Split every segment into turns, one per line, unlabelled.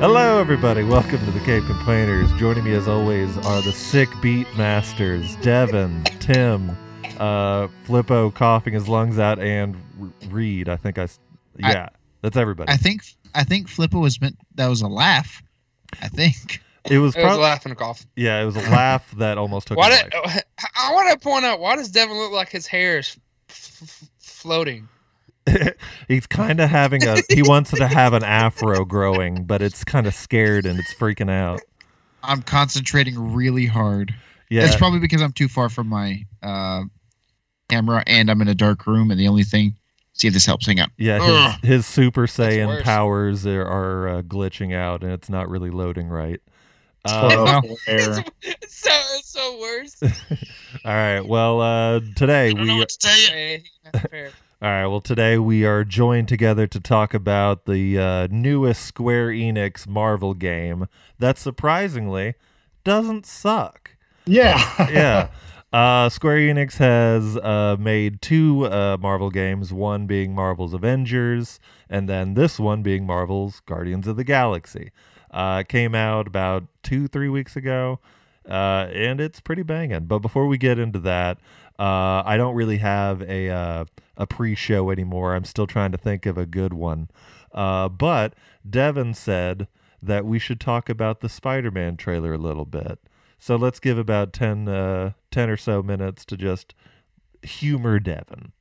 Hello, everybody. Welcome to the Cape Complainers. Joining me, as always, are the sick beat masters, Devin, Tim, uh, Flippo coughing his lungs out, and R- Reed. I think I, s-
I-
yeah, that's everybody.
I think I think Flippa was meant that was a laugh. I think.
it was
It was a
probably,
laugh and a cough.
yeah, it was a laugh that almost took.
Why
his
did,
life.
I want to point out why does Devin look like his hair is f- f- floating?
He's kind of having a. He wants to have an afro growing, but it's kind of scared and it's freaking out.
I'm concentrating really hard.
Yeah,
That's probably because I'm too far from my uh, camera and I'm in a dark room and the only thing see if this helps hang out.
yeah.
Ugh.
His, his Super Saiyan
worse.
powers are, are uh, glitching out, and it's not really loading right.
Oh,
Uh,
It's, it's so it's so worse.
all right. Well, uh, today we
to tell you.
Eh, not fair.
All right. Well, today we are joined together to talk about the uh, newest Square Enix Marvel game that surprisingly doesn't suck.
Yeah.
yeah. Uh, Square Enix has uh, made two uh, Marvel games, one being Marvel's Avengers, and then this one being Marvel's Guardians of the Galaxy. Uh, it came out about two, three weeks ago, uh, and it's pretty banging. But before we get into that, uh, I don't really have a uh, a pre-show anymore. I'm still trying to think of a good one. Uh, but Devin said that we should talk about the Spider-Man trailer a little bit. So let's give about 10, uh, 10 or so minutes to just humor Devin.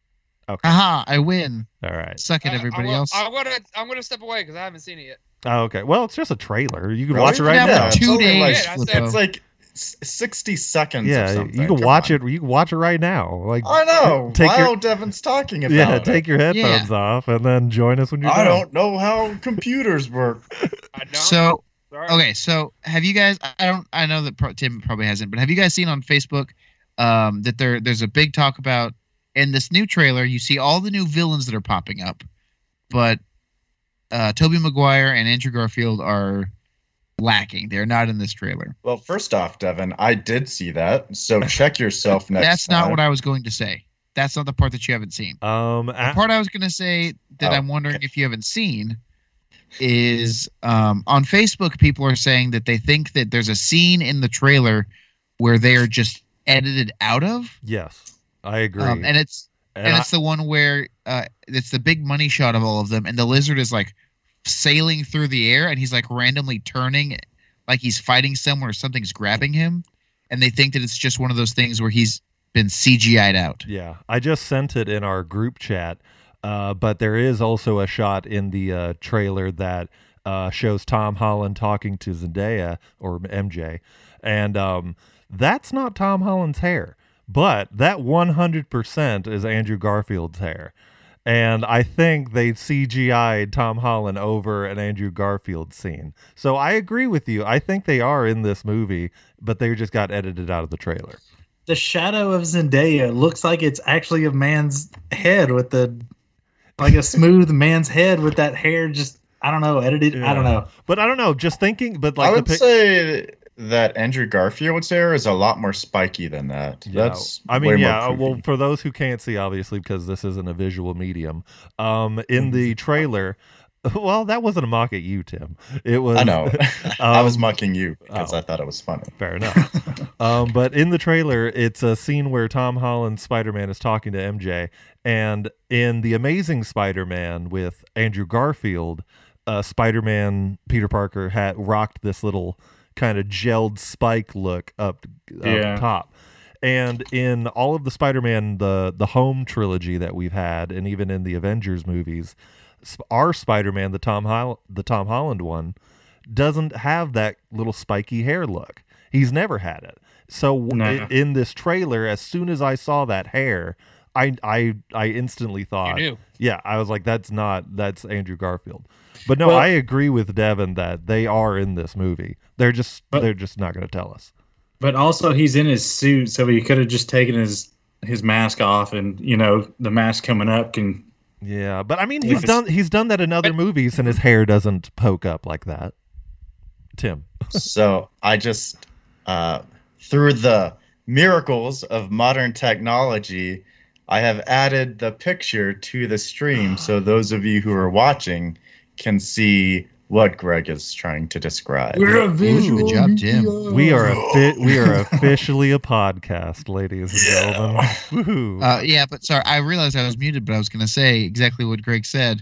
Okay.
Haha, I win.
All right.
Suck it,
Uh, I-
everybody
I, will-
else.
I'm gonna I'm gonna step away because I haven't seen it yet.
Oh, okay. Well, it's just a trailer. You can
Really?
watch it right
Yeah,
now.
but
It's
two
only like-
days.
I said
Flippo.
It's like s- 60 seconds. or
Yeah,
something.
you can
Come
watch
on.
it. You can watch it right now. Like,
I know.
Take
While
your-
Devin's talking about
yeah,
it.
take your headphones off and then join us when you're
I
done.
don't know how computers work.
I don't.
So
Sorry.
okay, so have you guys? I don't. I know that pro, Tim probably hasn't, but have you guys seen on Facebook um, that there there's a big talk about in this new trailer? You see all the new villains that are popping up, but uh, Toby Maguire and Andrew Garfield are lacking. They're not in this trailer.
Well, first off, Devin, I did see that. So check yourself next
That's not
time.
what I was going to say. That's not the part that you haven't seen.
Um,
The
a-
part I was going to say that
Oh,
I'm wondering if you haven't seen is um, on Facebook, people are saying that they think that there's a scene in the trailer where they are just edited out of.
yes, I agree.
Um, and it's
And
and,
I-
it's the one where uh, it's the big money shot of all of them, and the lizard is like sailing through the air, and he's like randomly turning, like he's fighting someone or something's grabbing him, and they think that it's just one of those things where he's been CGI'd out.
Yeah, I just sent it in our group chat. Uh, but there is also a shot in the uh, trailer that uh, shows Tom Holland talking to Zendaya or MJ, and um, that's not Tom Holland's hair, but that 100% is Andrew Garfield's hair. And I think they CGI'd Tom Holland over an Andrew Garfield scene. So I agree with you. I think they are in this movie, but they just got edited out of the trailer.
the shadow of Zendaya looks like it's actually a man's head with the like a smooth man's head with that hair just I don't know edited I don't
Yeah.
know
But I don't know. Just thinking, but like
I
the
would
pic-
say that Andrew Garfield's hair is a lot more spiky than that.
Yeah.
That's
I mean,
way more
yeah. uh,
creepy.
Well, for those who can't see, obviously, because this isn't a visual medium, um, in
Mm-hmm.
the trailer, well, that wasn't a mock at you, Tim. It was.
I know. I was
Um,
mocking you because
oh.
I thought it was funny.
Fair enough. um, but in the trailer, it's a scene where Tom Holland's Spider Man is talking to MJ. And in The Amazing Spider Man with Andrew Garfield, uh, Spider Man Peter Parker had rocked this little kind of gelled spike look up, up
Yeah.
top. And in all of the Spider Man, the, the home trilogy that we've had, and even in the Avengers movies, sp- our Spider Man, the, Tom Hol- the Tom Holland one, doesn't have that little spiky hair look. He's never had it. So w-
No.
i- in this trailer, as soon as I saw that hair, I I I instantly
you
thought,
knew.
yeah, I was like, that's not that's Andrew Garfield. But no,
Well-
I agree with Devin that they are in this movie. They're just
But-
they're just not going to tell us.
but also he's in his suit so he could have just taken his his mask off and you know the mask coming up can
Yeah, but I mean,
Yeah.
he's done he's done that in other
But-
movies, and his hair doesn't poke up like that. Tim,
so I just, uh, through the miracles of modern technology, I have added the picture to the stream so those of you who are watching can see what Greg is trying to describe.
a
visual job, Jim.
We are a fi- we are officially a podcast, ladies and gentlemen. Woohoo!
Uh, yeah, but sorry, I realized I was muted, but I was going to say exactly what Greg said.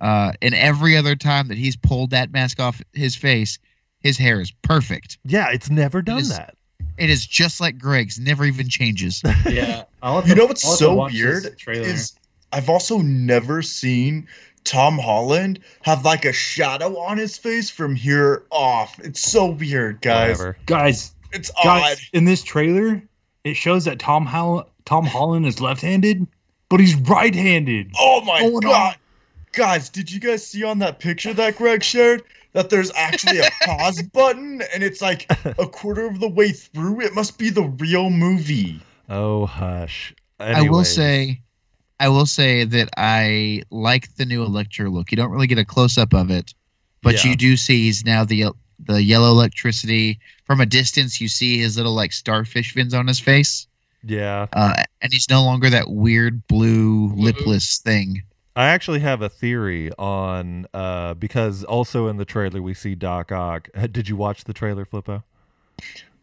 Uh, and every other time that he's pulled that mask off his face, his hair is perfect.
yeah, it's never done
is-
that.
It is just like Greg's, never even changes.
Yeah. I'll have
You
to-
know what's
I'll have to
so
watch
weird
this Trailer.
is I've also never seen Tom Holland have like a shadow on his face from here off. It's so weird, guys.
Whatever.
guys,
It's
guys,
odd.
in this trailer, it shows that Tom Hol- Tom Holland is left-handed, but he's right-handed.
Oh my
Hold on.
god. Guys, did you guys see on that picture that Greg shared that there's actually a pause button and it's like a quarter of the way through? It must be the real movie.
Oh hush.
I will
Anyways.
say, I will say that I like the new Electro look. You don't really get a close up of it, but
Yeah.
you do see he's now the the yellow electricity from a distance. You see his little like starfish fins on his face,
yeah,
uh, and he's no longer that weird blue lipless thing.
I actually have a theory on uh because also in the trailer we see Doc Ock. Did you watch the trailer, Flippo?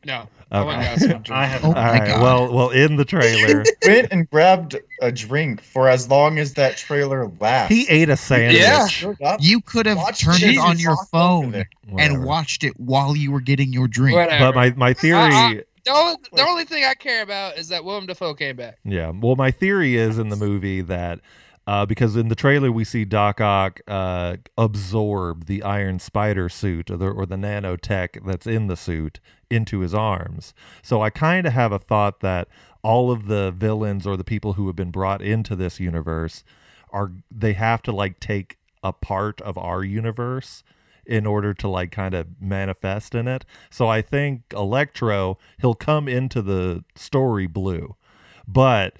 No.
Okay.
Oh my gosh.
I have
Oh
All
my
right.
God.
Well, well, in the trailer,
Went and grabbed a drink for as long as that trailer lasted.
he ate a sandwich.
Yeah.
Showed up,
You could have
watched
turned it
Jesus
on your
walk over
phone
there.
Whatever.
and watched it while you were getting your drink.
Whatever.
But my my theory,
I- the, only, the only thing I care about is that Willem Dafoe came back.
yeah. Well, my theory is in the movie that uh, because in the trailer we see Doc Ock uh, absorb the Iron Spider suit or the, or the nanotech that's in the suit into his arms. So I kind of have a thought that all of the villains or the people who have been brought into this universe are they have to like take a part of our universe in order to like kind of manifest in it. So I think Electro, he'll come into the story blue, but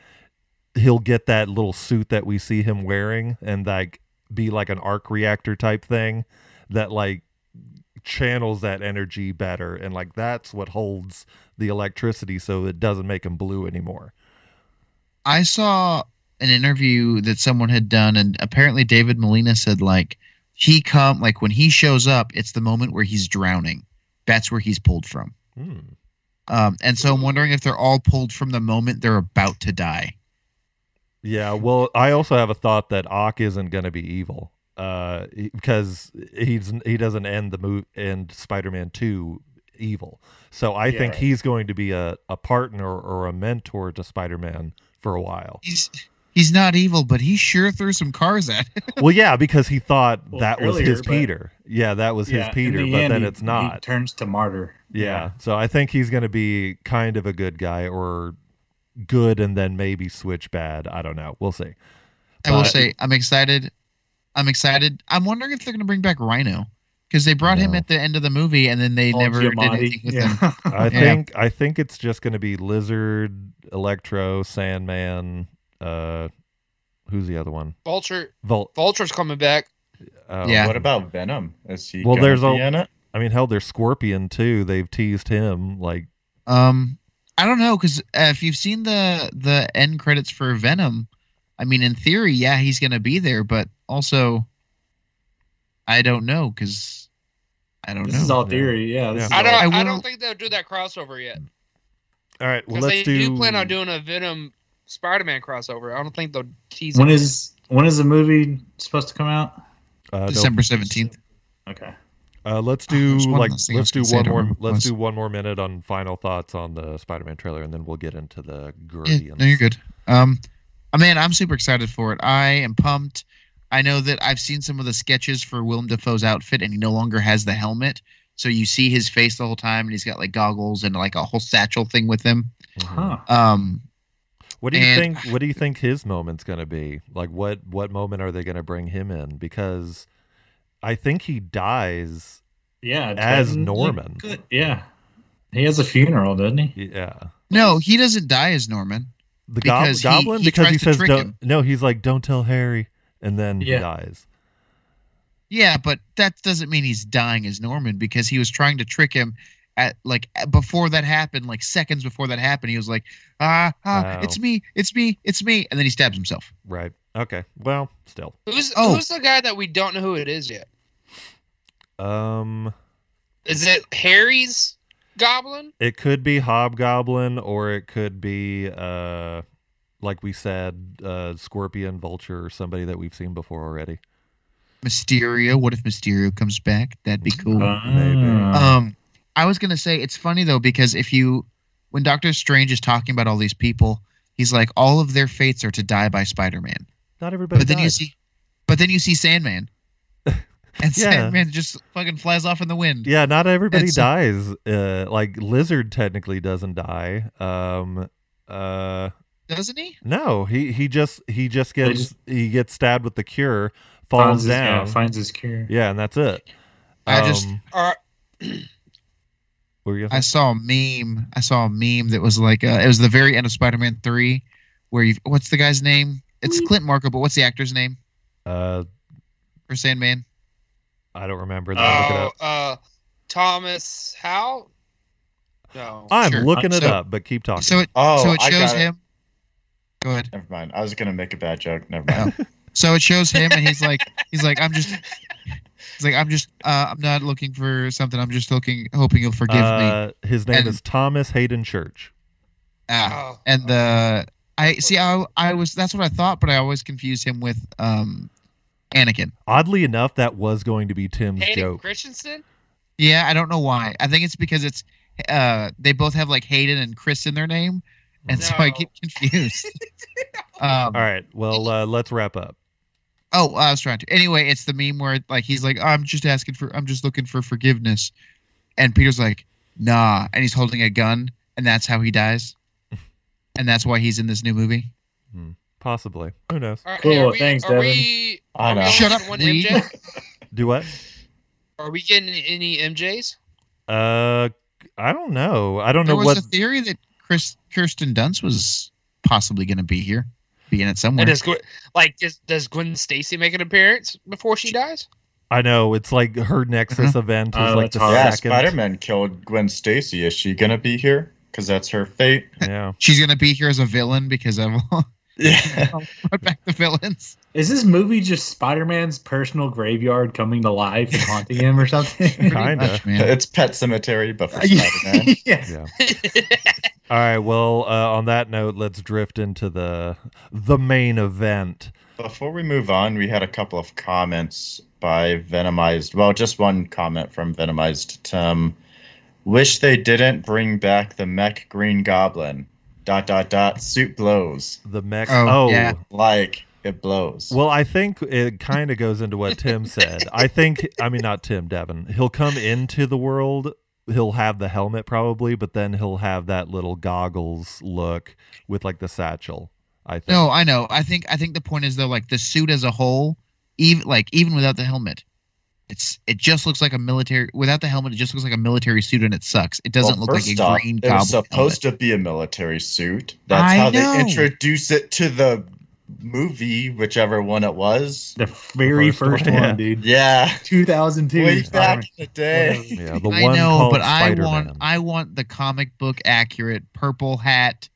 he'll get that little suit that we see him wearing and like be like an arc reactor type thing that like channels that energy better and like that's what holds the electricity so it doesn't make him blue anymore.
I saw an interview that someone had done, and apparently David Molina said like he come like when he shows up, it's the moment where he's drowning. That's where he's pulled from.
Hmm.
Um, and so I'm wondering if they're all pulled from the moment they're about to die.
Yeah, well, I also have a thought that Ock isn't going to be evil uh, he- because he's he doesn't end the move end Spider-Man 2 evil. So I
Yeah,
think
right.
he's going to be a, a partner or a mentor to Spider-Man for a while.
He's he's not evil, but he sure threw some cars at. It.
well, yeah, because he thought
Well,
that was his
earlier, but-
Peter. Yeah, that was
Yeah,
his
in
Peter,
the
but
end,
then
he-
it's
he
not.
turns to martyr.
Yeah. So I think he's going to be kind of a good guy or good and then maybe switch bad. I don't know. We'll see.
I will
But-
say I'm excited. I'm excited. I'm wondering if they're going to bring back Rhino because they brought him
No.
at the end of the movie, and then they
Paul
never did
Oh, Giamatti.
anything with him.
yeah.
I
Yeah.
think I think it's just going to be Lizard, Electro, Sandman, uh who's the other one?
Vulture.
Volt.
Vulture's coming back.
Uh,
Yeah.
What about Venom? Is he
Well,
gonna
there's
be
a-
in it?
I mean, hell, there's Scorpion too. They've teased him like
Um, I don't know because uh, if you've seen the the end credits for Venom, I mean, in theory, yeah, he's gonna be there, but also, I don't know because I don't
This
know.
is all
Yeah.
theory. Yeah. this
Yeah.
is
I don't.
all-
I
I,
will-
don't think they'll do that crossover yet.
All right, well,
Because
let's
they
do
do plan on doing a Venom Spider-Man crossover. I don't think they'll tease
When
it.
is when is the movie supposed to come out?
uh, no,
December seventeenth.
Okay.
Uh, let's
Oh,
do
there's one
like
last thing I
let's
was
do
gonna say, I
one
don't
more
remember what it
let's
was.
do one more minute on final thoughts on the Spider-Man trailer, and then we'll get into the
Yeah,
gradients.
no, you're good. Um, I mean, I'm super excited for it. I am pumped. I know that I've seen some of the sketches for Willem Dafoe's outfit, and he no longer has the helmet, so you see his face the whole time, and he's got like goggles and like a whole satchel thing with him.
Mhm.
Huh.
Um,
What do you
And-
think? What do you think his moment's going to be? Like, what what moment are they going to bring him in? Because I think he dies.
Yeah.
As
doesn't look
Norman.
good. Yeah. He has a funeral, doesn't he?
Yeah,
no, he doesn't die as Norman.
the gob-
Because he-
goblin
he
because
tries
he
to
says
trick
don't.
him.
No, he's like don't tell Harry, and then he
Yeah.
dies.
Yeah, but that doesn't mean he's dying as Norman because he was trying to trick him at like at- before that happened, like seconds before that happened, he was like, ah, ah
Wow.
it's me, it's me, it's me, and then he stabs himself.
Right. Okay. Well, still.
Who's
Oh.
who's the guy that we don't know who it is yet?
Um,
Is it Harry's goblin?
it could be Hobgoblin or it could be uh, like we said, uh, Scorpion, Vulture, or somebody that we've seen before already.
Mysterio. What if Mysterio comes back? That'd be cool.
Uh-huh. Ah.
Maybe.
Um, I was gonna say it's funny though because if you, when Doctor Strange is talking about all these people, he's like all of their fates are to die by Spider-Man.
Not
But,
everybody.
then you
died.
see, but then you see Sandman, and
Yeah.
Sandman just fucking flies off in the wind.
Yeah, not everybody
It's-
dies. Uh, like lizard technically doesn't die. Um, uh,
Doesn't he?
no, he he just he just gets
just-
he gets stabbed with the cure,
Finds
falls
his, yeah,
down. Yeah,
finds his cure.
and that's it.
I just-
Um,
Or
what were you gonna
I
say?
saw a meme. I saw a meme that was like uh, it was the very end of Spider-Man three, where you what's the guy's name? It's Clint Marco, but what's the actor's name
uh,
for Sandman?
I don't remember. Let me look it
oh,
up.
uh, Thomas Howe. No,
I'm
sure.
looking it
So-
up, but keep talking.
So it
Oh,
so it
I
shows
got it.
him. Go ahead.
Never mind. I was gonna make a bad joke. Never mind.
So it shows him, and he's like, he's like, I'm just, he's like, I'm just, uh, I'm not looking for something. I'm just looking, hoping you'll forgive me.
uh, his name
And-
is Thomas Hayden Church.
Ah.
Oh,
And the I
Of
see, I I was that's what I thought, but I always confuse him with um, Anakin.
Oddly enough, that was going to be Tim's
Hayden
joke.
Christensen.
Yeah, I don't know why. I think it's because it's uh, they both have like Hayden and Chris in their name, and so I
No.
get confused. um,
All right, well, uh, let's wrap up.
Oh, I was trying to. Anyway, it's the meme where like he's like, I'm just asking for, I'm just looking for forgiveness, and Peter's like, Nah, and he's holding a gun, and that's how he dies, and that's why he's in this new movie.
Possibly. Who knows?
All right,
Cool,
are we,
thanks,
are
Devin.
We,
Oh.
I
are we
know.
on
Shut up,
one
Reed.
MJ?
Do what?
Are we getting any MJs?
Uh, I don't know. I don't
There
know
was
what.
a theory that Chris Kirsten Dunst was possibly going to be here, be in it somewhere.
And does Gwen, like does, does Gwen Stacy make an appearance before she dies?
I know it's like her Nexus
Mm-hmm.
event is
Oh,
like
that's
the
hard.
yeah,
second.
Spider Man killed Gwen Stacy. Is she gonna be here? Because that's her fate.
Yeah.
She's going to be here as a villain because of
Yeah.
put back the villains.
Is this movie just Spider Man's personal graveyard coming to life and haunting him or something?
Pretty
Kinda.
much, man.
it's Pet Cemetery, but for Spider Man.
yeah.
All right. Well, uh, on that note, let's drift into the the main event.
Before we move on, we had a couple of comments by Venomized. Well, just one comment from Venomized Tim. Wish they didn't bring back the mech green goblin. Dot dot dot suit blows.
The mech.
Oh, yeah.
Like it blows.
Well, I think it kind of goes into what Tim said. I think, I mean, not Tim, Devin. He'll come into the world. He'll have the helmet probably, but then he'll have that little goggles look with like the satchel. I think.
No, I know. I think I think the point is though, like the suit as a whole, even like even without the helmet, it's it just looks like a military. Without the helmet, it just looks like a military suit, and it sucks. It doesn't
Well,
look like
first
a
off,
green
It was
goblin.
supposed to be a military suit. That's
I
how
know.
they introduce it to the movie, whichever one it was.
The very
First
first,
one,
one,
yeah.
dude.
Yeah,
2002.
way
Spider-Man.
back in the day.
Yeah, the
helmet. I
one
know,
called
but I want
Spider-Man.
I want the comic book accurate purple hat,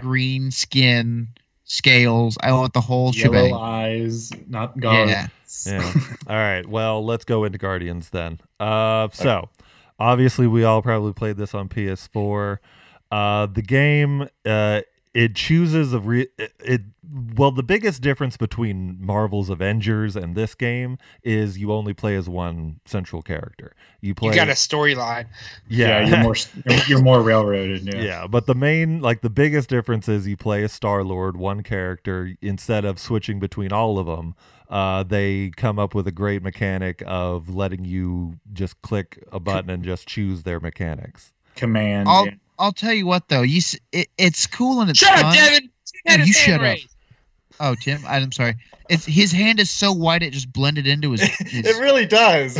green skin, scales. I want the whole
Yellow
shebang.
eyes, not
Yeah.
goggles.
Yeah. All right. Well, let's go into Guardians then. Uh, so, obviously, we all probably played this on PS4. Uh, the game uh, it chooses a re- it, it. Well, the biggest difference between Marvel's Avengers and this game is you only play as one central character. You play.
You got a storyline.
Yeah, you're more you're, you're more railroaded.
Yeah.
Yeah.
but the main, like the biggest difference is you play a Star Lord, one character, instead of switching between all of them. Uh, they come up with a great mechanic of letting you just click a button and just choose their mechanics.
Command.
I'll
yeah.
I'll tell you what though, you s- it, it's cool and it's
Shut up,
fun.
Devin.
Yeah,
Had his
you
hand
shut up.
raised.
Oh, Tim, I'm sorry. It's his hand is so white it just blended into his. his
It really does.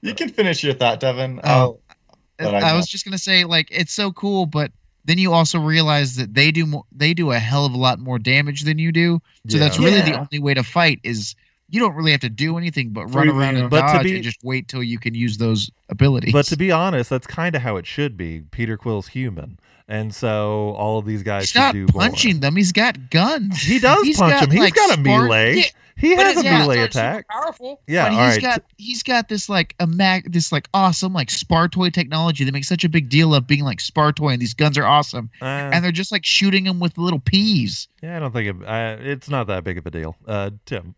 you can finish your thought, Devin. Uh,
Oh,
that I
I, was
got.
just gonna say like it's so cool, but then you also realize that they do more, they do a hell of a lot more damage than you do. So that's
Yeah.
really the
Yeah.
only way to fight is you don't really have to do anything but run
Through
around
the-
and
But to
dodge
be-
and just wait till you can use those abilities.
But to be honest, that's kind of how it should be. Peter Quill's human, and so all of these guys
he's
should
not
do more.
punching them. He's got guns.
He does
He's
punch
got,
him. He's
like,
got a
spark-
melee.
Yeah.
He
But
has a
his guns
melee
aren't super
attack.
Powerful.
Yeah,
but
all
he's
right.
got he's got this like a mag this like awesome like spar toy technology that makes such a big deal of being like spar toy and these guns are awesome
Uh,
and they're just like shooting them with little peas.
yeah, I don't think it, uh, it's not that big of a deal. Uh, Tim.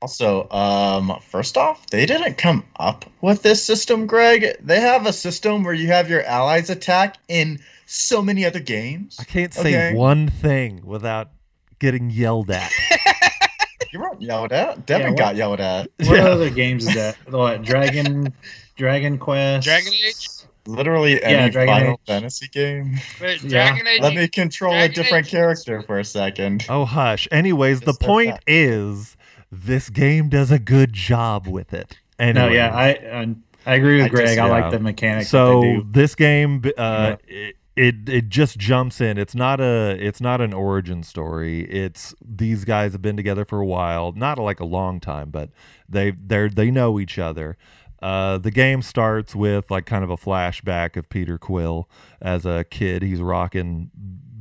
Also, um, first off, they didn't come up with this system, Greg. They have a system where you have your allies attack in so many other games.
I can't say
Okay.
one thing without getting yelled at.
You weren't yelled at. Devin
what-
got yelled at.
What
Yeah.
other games is that? What Dragon, Dragon Quest,
Dragon Age.
Literally
Yeah,
any
Dragon
Final
Age.
Fantasy game.
But
Yeah.
Dragon Age.
Let me control a
Dragon
different
Age.
character for a second.
Oh hush. Anyways, the
Yes, they're
point
back.
is this game does a good job with it. Anyways,
No, yeah, I I, I agree with
I just-
Greg. I
yeah.
like the mechanics. that they
so
do.
this game uh it, it it just jumps in. It's not a it's not an origin story. It's these guys have been together for a while, not like a long time, but they they they know each other. Uh, the game starts with like kind of a flashback of Peter Quill as a kid. He's rocking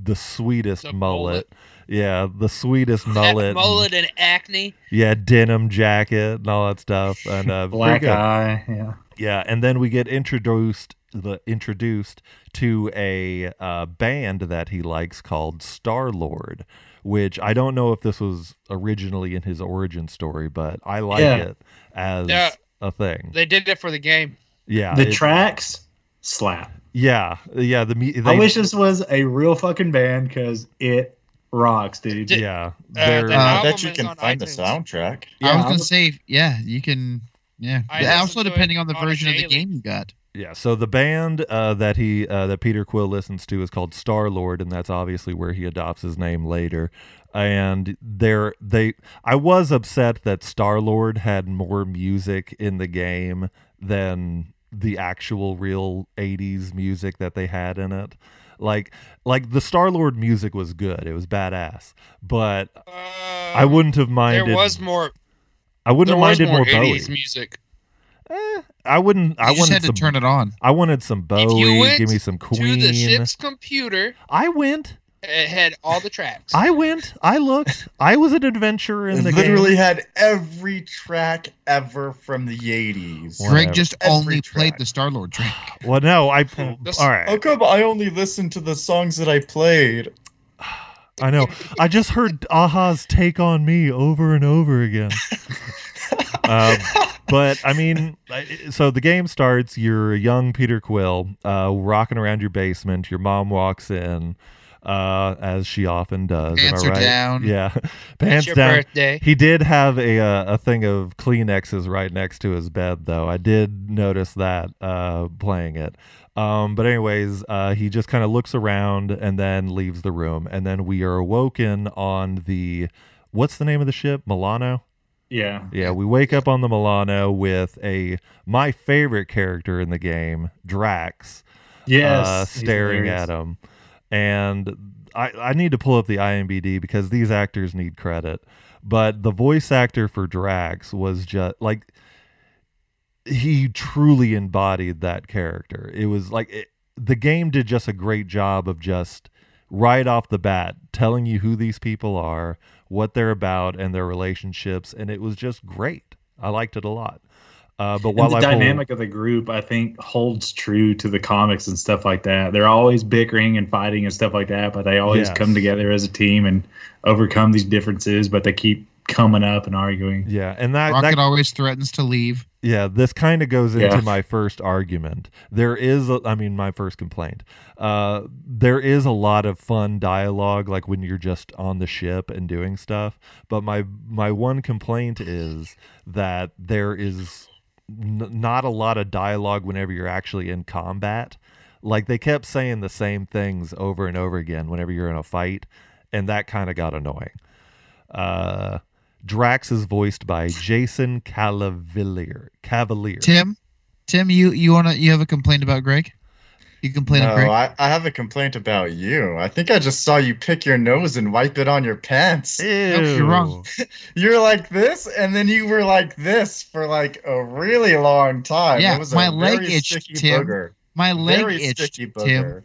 the sweetest
The
mullet.
mullet.
Yeah, the sweetest
That
mullet. and-
mullet and acne.
yeah, denim jacket and all that stuff, and uh, pretty
black
good.
eye. Yeah,
Yeah, and then we get introduced the introduced to a uh, band that he likes called Star Lord, which I don't know if this was originally in his origin story, but I like
Yeah.
it as
Yeah.
a thing.
They did it for the game.
Yeah,
the
it-
tracks slap.
yeah, yeah. The mu-
I
they-
wish this was a real fucking band because it rocks, dude.
Did-
yeah,
Uh,
they're
the
I
album
bet you
is
can
on
find the
iTunes.
soundtrack.
Yeah,
I was
I'm-
gonna say yeah, you can yeah.
I
Yeah,
listen
also
to it
depending on the
on a
version of the
daily.
game you got.
Yeah, so the band uh, that he uh, that Peter Quill listens to is called Star Lord, and that's obviously where he adopts his name later. And there, they, I was upset that Star Lord had more music in the game than the actual real '80s music that they had in it. Like, like the Star Lord music was good; it was badass. But
Uh,
I wouldn't have
There
minded.
was more.
I wouldn't
There
have
was
minded
more,
more, Bowie.
80s music.
Eh, I wouldn't. I
You just
wanted
had to
some.
turn it on.
I wanted some Bowie.
went
Give me some Queen.
To the ship's computer,
I went.
it had all the tracks.
I went. I looked. I was an adventurer in
It
the
literally
game.
had every track ever from the 80s.
Wow. Whatever.
Greg just
Every
only played
track.
the Star Lord track.
Well, no, I. All
That's-
right.
How come I only listened to the songs that I played?
I know. I just heard Aha's "Take on Me" over and over again. um, but I mean, I- so the game starts. You're a young Peter Quill, uh, rocking around your basement. Your mom walks in, uh, as she often does. am I
Pants are
right?
down.
Yeah,
it's
pants
your
down.
birthday.
He did have a uh, a thing of Kleenexes right next to his bed, though. I did notice that uh, playing it. Um, but anyways, uh, he just kind of looks around and then leaves the room, and then we are awoken on the what's the name of the ship? Milano.
Yeah,
Yeah, we wake up on the Milano with a my favorite character in the game, Drax
yes,
uh,
he's
staring
hilarious.
at him. And I, I need to pull up the IMBD because these actors need credit. But the voice actor for Drax was just like he truly embodied that character. It was like it, the game did just a great job of just right off the bat telling you who these people are, what they're about, and their relationships. And it was just great. I liked it a lot. Uh, but while
and the
I pull-
dynamic of the group, I think, holds true to the comics and stuff like that. They're always bickering and fighting and stuff like that, but they always
Yes.
come together as a team and overcome these differences. But they keep coming up and arguing.
yeah, and that,
Rocket
that
always threatens to leave.
Yeah, this kind of goes into
Yeah.
my first argument. There is, a, I mean, my first complaint. Uh, there is a lot of fun dialogue, like when you're just on the ship and doing stuff. But my my one complaint is that there is n- not a lot of dialogue whenever you're actually in combat. Like they kept saying the same things over and over again whenever you're in a fight, and that kind of got annoying. Uh, Drax is voiced by Jason Cavalier. Cavalier.
Tim, Tim, you you wanna you have a complaint about Greg? You complain
No,
about Greg?
I, I have a complaint about you. I think I just saw you pick your nose and wipe it on your pants.
you're wrong.
You're like this, and then you were like this for like a really long time.
Yeah,
it was
my
a
leg
very
itched,
sticky
Tim.
booger.
My leg
very
itched,
sticky
Tim.
booger.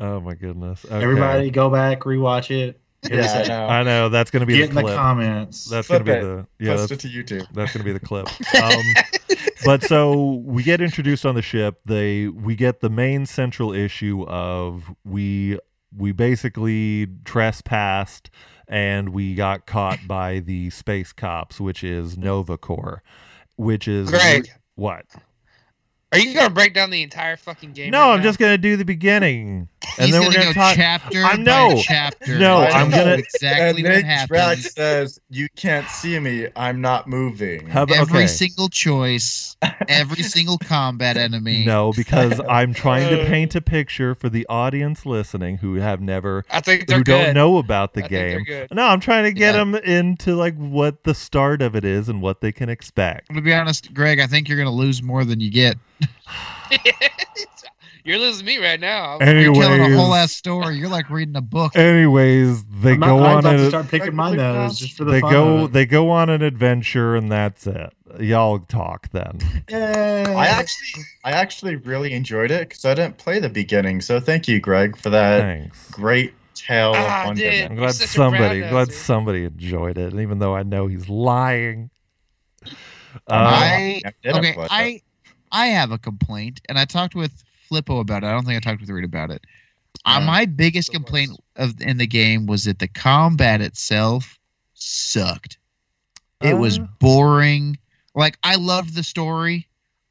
Oh my goodness. Okay.
Everybody, go back, rewatch it.
Yeah, I know.
I know that's gonna be
Get
the
in the
clip.
comments.
that's
Flip
gonna be
it.
the yeah.
Post
That's,
it to YouTube.
that's gonna be the clip. Um, but so we get introduced on the ship. They we get the main central issue of we we basically trespassed and we got caught by the space cops, which is Nova Corps, which is
Greg,
what?
are you gonna break down the entire fucking game?
no,
right
I'm
now?
just gonna do the beginning, and
He's
then we're
gonna
gonna
go
talk.
chapter
I know.
by chapter.
No,
and
I'm
tell you
gonna-
exactly what
and then Drax
happens.
says, "You can't see me. I'm not moving."
How about,
Every
okay.
single choice, every single combat enemy.
No, because I'm trying to
Uh.
paint a picture for the audience listening who have never,
I think they're
who
good.
don't know about the
I think they're
game.
good.
No, I'm trying to get
Yeah.
them into like what the start of it is and what they can expect.
I'm gonna be honest, Greg. I think you're gonna lose more than you get.
You're losing me right now.
You're telling a whole ass
Anyways,
story. You're like reading a book.
anyways, they
I'm, not,
go
I'm
on
about to
a,
start picking my nose just for the
they
fun
go
of it.
they go on an adventure and that's it. Y'all talk then.
Yay.
I actually, I actually really enjoyed it because I didn't play the beginning. So thank you, Greg, for that
Thanks.
great tale
Ah,
of
dude.
I'm
wonderment. Uh,
glad
such a
somebody
brown
glad
noser.
somebody enjoyed it, even though I know he's lying. Uh,
I
I didn't
okay,
play it.
I I have a complaint, and I talked with Flippo about it. I don't think I talked with Reed about it. Uh,
Yeah.
my biggest
The worst.
complaint of in the game was that the combat itself sucked. It was
Uh.
boring. Like I loved the story.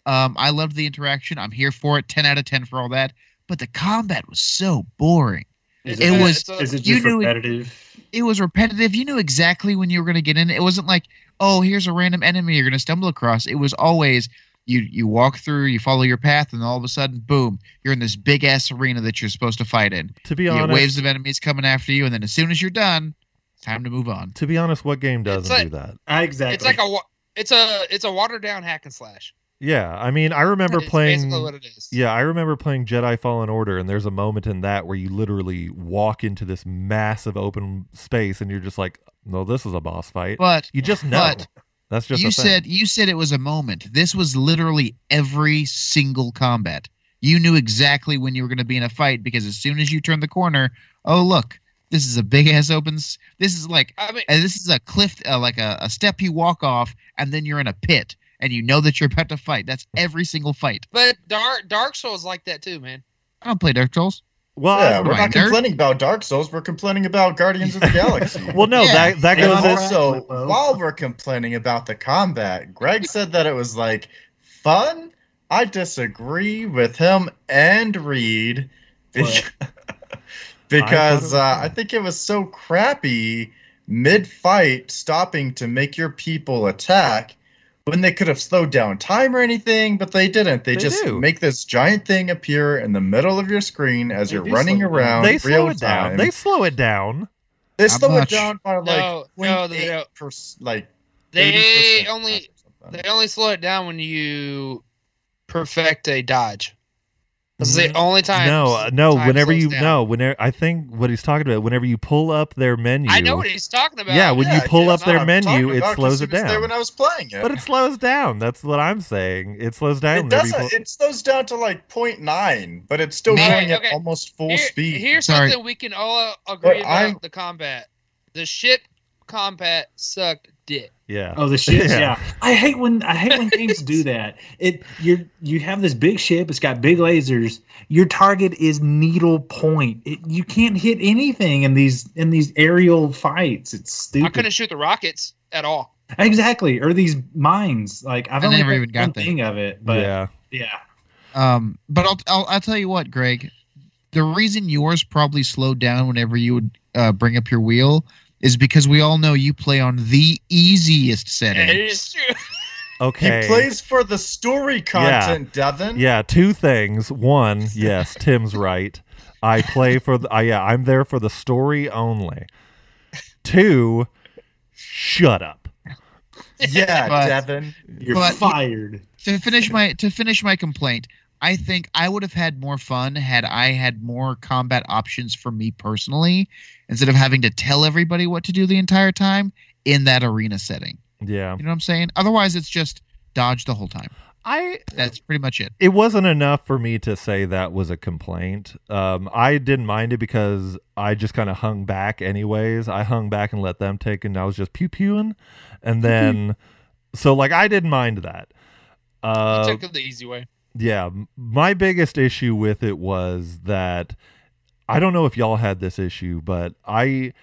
Um, I loved the interaction. I'm here for it. Ten out of ten for all that. But the combat was so boring.
Is
it
just-
was-
it's a-
Is it
you
just
knew it-
repetitive?
It was repetitive. You knew exactly when you were going to get in. It wasn't like, oh, here's a random enemy you're going to stumble across. It was always you you walk through, you follow your path, and all of a sudden, boom, you're in this big ass arena that you're supposed to fight in.
to be
You get
honest,
waves of enemies coming after you, and then as soon as you're done, it's time to move on.
to be honest, what game doesn't
like-
do that?
I exactly.
It's like a wa- it's a it's a watered down hack and slash.
Yeah, I mean, I remember
It's
playing.
basically what it is.
Yeah, I remember playing Jedi Fallen Order, and there's a moment in that where you literally walk into this massive open space, and you're just like, "No, this is a boss fight."
But
you just know.
but
That's just
you
a thing.
said you said it was a moment. This was literally every single combat. You knew exactly when you were going to be in a fight because as soon as you turned the corner, oh look, this is a big ass open. s- This is like
I mean,
uh, this is a cliff, uh, like a, a step you walk off, and then you're in a pit, and you know that you're about to fight. That's every single fight.
but Dark Dark Souls like that too, man.
I don't play Dark Souls.
"Well, I-
yeah, we're not
Reminder.
complaining about Dark Souls. We're complaining about Guardians of the Galaxy.
well, no,
Yeah.
that that
And
goes."
Because
in-
it's-
also,
Flippo.
while we're complaining about the combat, Greg said that it was like fun. I disagree with him and Reed because, because
I thought it was
uh,
fun.
I think it was so crappy mid fight stopping to make your people attack when they could have slowed down time or anything, but they didn't. They,
They
just
do.
make this giant thing appear in the middle of your screen as
They
you're
do
running
slow it down.
around.
they slow
real
it down.
time.
They slow it down.
They
How
slow it
much?
down by like
No, no, they don't.
0.8%, like
They
80%
only
or something.
they only slow it down when you perfect a dodge. This is the only
Mm. Mm-hmm.
time.
No, uh, no.
time
Whenever
slows
you
down.
no, whenever I think what he's talking about, whenever you pull up their menu,
I know what he's talking about.
Yeah, when you
Yeah,
pull
yeah,
up their
that's what I'm
menu,
talking
it
about, 'cause
slows it
was there
down.
When I was playing it,
but it slows down. That's what I'm saying. It slows down.
it
whenever you
doesn't.
pull-
It slows down to like 0.9, but it's still
Man.
going at
Okay,
almost full
Here-
speed.
Here's
Sorry.
something we can all agree about:
I'm-
the combat. The ship combat sucked dick.
yeah.
Oh, the ships.
Yeah.
Yeah. I hate when I hate when games do that. It you you have this big ship. It's got big lasers. Your target is needle point. It, you can't hit anything in these in these aerial fights. It's
I
stupid.
couldn't shoot the rockets at all.
exactly. Or these mines. Like I've
I
only
never
played
even got one there.
thing of it. But yeah.
yeah.
Um, but I'll, I'll I'll tell you what, Greg. The reason yours probably slowed down whenever you would uh, bring up your wheel is because we all know you play on the easiest setting.
It is true.
he
Okay.
plays for the story content, Devin.
Yeah, two things. One, yes, Tim's right. I play for the. I yeah, I'm there for the story only. Two, shut up.
yeah,
But-
Devin.
you're
But-
fired.
to finish my to finish my complaint, I think I would have had more fun had I had more combat options for me personally, instead of having to tell everybody what to do the entire time in that arena setting.
Yeah,
You know what I'm saying? Otherwise, it's just dodge the whole time.
I
That's pretty much it.
it wasn't enough for me to say that was a complaint. Um, I didn't mind it because I just kind of hung back anyways. I hung back and let them take, and I was just pew pewing, and then so like I didn't mind that. Uh,
you took the easy way.
yeah, m- my biggest issue with it was that I don't know if y'all had this issue, but I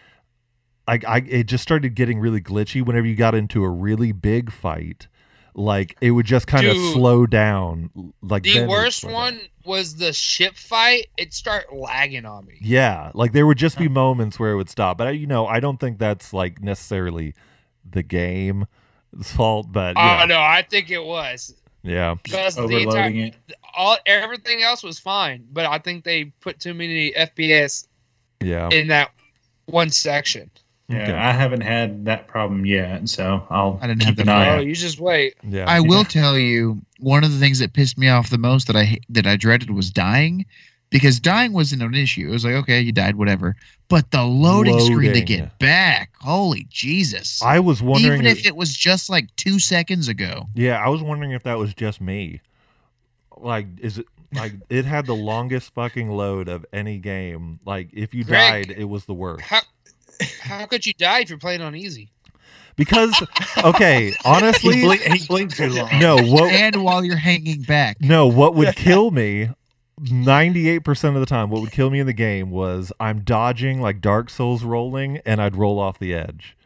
like I it just started getting really glitchy whenever you got into a really big fight. Like it would just kind of
Dude.
slow down. l- Like
The
then it would
worst
slow down.
one was the ship fight. It start lagging on me.
Yeah, like there would just be moments where it would stop, but I, you know, I don't think that's like necessarily the game's fault. But yeah,
Oh no, I think it was
yeah,
because the entire,
overloading it.
all everything else was fine, but I think they put too many FPS
yeah.
in that one section.
Yeah,
Okay.
I haven't had that problem yet, so I'll.
I didn't have
keep
that
an eye
Oh,
out.
you just wait.
yeah.
I will tell you one of the things that pissed me off the most that I ha- that I dreaded was dying, because dying wasn't an issue. It was like okay, you died, whatever. But the loading, screen to
Loading.
get back, holy Jesus!
I was wondering.
Even if
if-
it was just like two seconds ago,
yeah, I was wondering if that was just me. Like, is it like it had the longest fucking load of any game? Like, if you
Greg.
died, it was the worst.
How how could you die if you're playing on easy?
Because okay,
He,
honestly,
blink, he blinked too long.
no. What
and while you're hanging back,
Oh. No, what would kill me 98% of the time, what would kill me in the game was I'm dodging like Dark Souls rolling and I'd roll off the edge.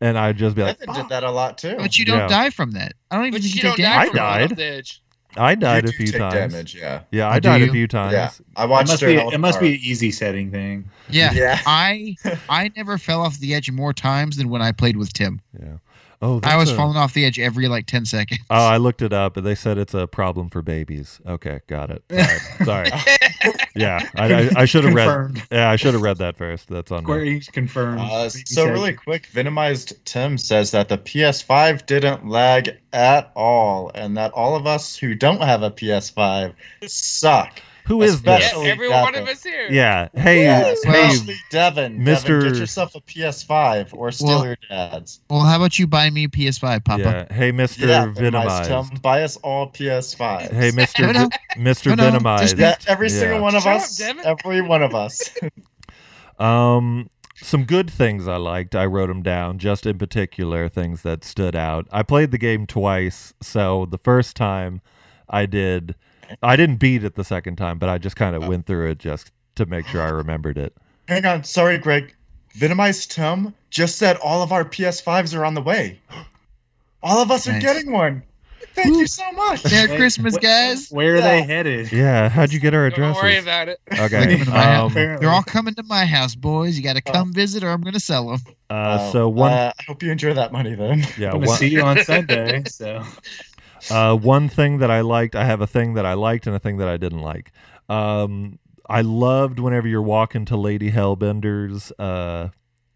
And I'd just be like,
Ethan
"Fuck."
did that a lot too.
but you don't
Yeah.
die from that. I don't even
But
think
you
you take
don't
I
damage.
die from going
died.
off the edge.
I died
You
a
do
few
take
times.
Damage, yeah.
Yeah, I
Oh, do
died
you?
a few times.
Yeah. I
It
watched
must,
her
be,
health
it must be
bar.
an easy setting thing.
Yeah,
Yeah.
I I never fell off the edge more times than when I played with Tim.
Yeah. Oh,
I
that's
was
a-
falling off the edge every like ten seconds.
Oh, I looked it up and they said it's a problem for babies. Okay, got it. Sorry. Sorry. yeah, I, I, I should have read.
confirmed.
Yeah, I should have read that first. That's on
Square
me.
Enix confirmed.
Uh, so really quick, Venomized Tim says that the PS5 didn't lag at all, and that all of us who don't have a PS5 suck.
Who is
Yeah,
this?
Especially
every
that
one of
one.
us here.
Yeah. Hey,
Yeah,
hey,
especially Devin.
Mr.
Devin, get yourself a PS5 or steal
Well-
your dad's.
Well, how about you buy me a PS5, Papa?
yeah. Hey, Mr.
Yeah, Venomized
Venomized.
Tim, buy us all PS5.
Hey, Mr.
No, no.
Vi- Mr.
No, no.
Venomized.
yeah, every
Yeah.
single one of
Shut up,
us.
Devin.
every one of us.
Um, some good things I liked. I wrote them down, just in particular things that stood out. I played the game twice, so the first time I did, I didn't beat it the second time, but I just kind of went through it just to make sure I remembered it.
Hang on, sorry, Greg. Venomized Tim just said all of our PS5s are on the way. All of us are
Nice.
getting one. Thank you so much.
Merry Christmas, guys.
Where are
Yeah.
they headed?
Yeah, how'd you get our
Don't worry
addresses?
about it.
Okay.
Wait a minute.
Um,
Apparently.
They're all coming to my house, boys. You got
Uh-huh.
to come visit, or I'm gonna sell them.
uh, so one,
Uh, I hope you enjoy that money then.
yeah,
I'm gonna
one,
see you on Sunday. So
Uh, one thing that I liked, I have a thing that I liked and a thing that I didn't like. Um, I loved whenever you're walking to Lady Hellbender's uh,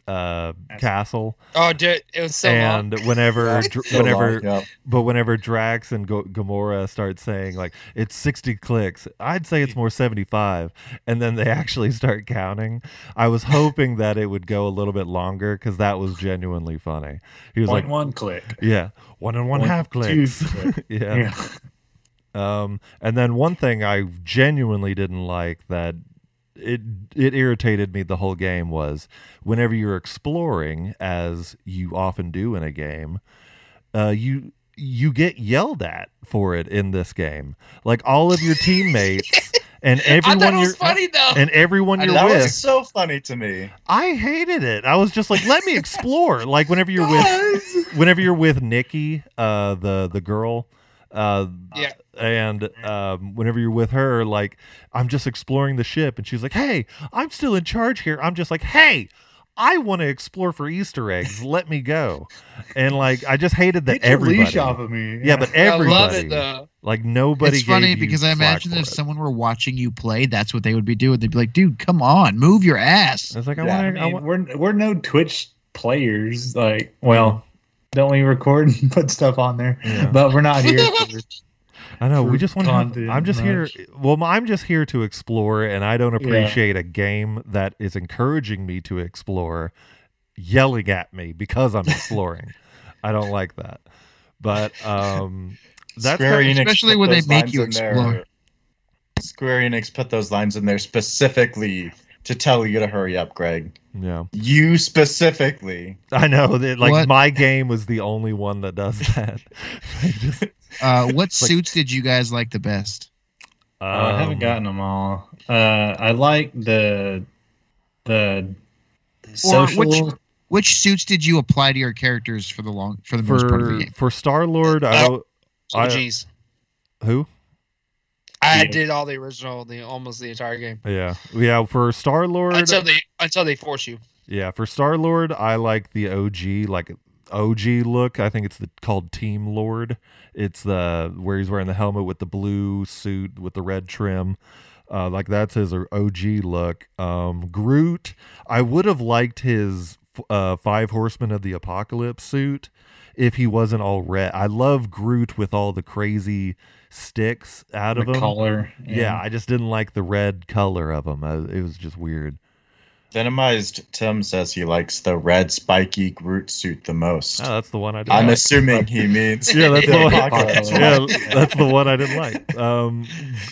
uh, castle,
Oh, dude, it was so long.
and whenever, dr- whenever,
So long, yeah.
but whenever Drax and Go- Gamora start saying like it's 60 clicks, I'd say it's more 75, and then they actually start counting. I was hoping that it would go a little bit longer because that was genuinely funny. He was
point
like,
one click.
yeah, one and one
One,
half
Two
clicks.
click.
yeah.
Yeah.
Um, and then one thing I genuinely didn't like that it it irritated me the whole game was whenever you're exploring, as you often do in a game, uh, you you get yelled at for it in this game. Like all of your teammates and
I thought
everyone
it was
you're e-,
funny though.
and everyone
I
you're
That
with,
was so funny to me.
I hated it. I was just like, let me explore. like whenever you're with whenever you're with Nikki, uh, the the girl, uh,
Yeah.
and um, whenever you're with her, like I'm just exploring the ship, and she's like, "Hey, I'm still in charge here." I'm just like, "Hey." I want to explore for Easter eggs. Let me go, and like I just hated that
Get your
everybody.
leash off of me.
Yeah, but
I love it
everybody,
though.
like nobody.
it's funny
gave you
because I
slack
imagine
for
if
it.
someone were watching you play, that's what they would be doing. They'd be like, "Dude, come on, move your ass."
it's like I
Yeah,
want to.
I
I
mean,
want,
we're we're no Twitch players. Like, well, don't we record and put stuff on there?
Yeah.
But we're not here. for-
I know. We
for
just want to. Have,
content
I'm just here.
much.
Well, I'm just here to explore, and I don't
Yeah.
appreciate a game that is encouraging me to explore, yelling at me because I'm exploring. I don't like that. But um, That's
Square
kinda-
Enix
especially
put
when they
those
make
lines
you
in there-
explore.
Square Enix put those lines in there specifically to tell you to hurry up, Greg.
yeah.
You specifically.
I know that like
What?
my game was the only one that does that. They just,
Uh, what
like-
suits did you guys like the best? Oh,
I
um,
haven't gotten them all. Uh, I like the the
Or
social.
which which suits did you apply to your characters for the long for the most part of the
for
game? Uh,
for Star Lord. I, wo- I-
Oh, jeez.
who?
I
Yeah.
did all the original, the almost the entire game
Yeah, yeah. For Star Lord,
until they until they force you.
yeah. For Star Lord, I like the OG like OG look. I think it's the, called Team Lord. It's the where he's wearing the helmet with the blue suit with the red trim. Uh, like that's his OG look. Um, Groot, I would have liked his f- uh, Five Horsemen of the Apocalypse suit if he wasn't all red. I love Groot with all the crazy sticks out
the
of him.
color.
Yeah. I just didn't like the red color of him. I, it was just weird.
Venomized Tim says he likes the red spiky Groot suit the most.
Oh, that's the one I didn't.
I'm
like.
assuming he means
yeah, that's the
the
one.
apocalypse.
yeah, that's the one I didn't like. Um,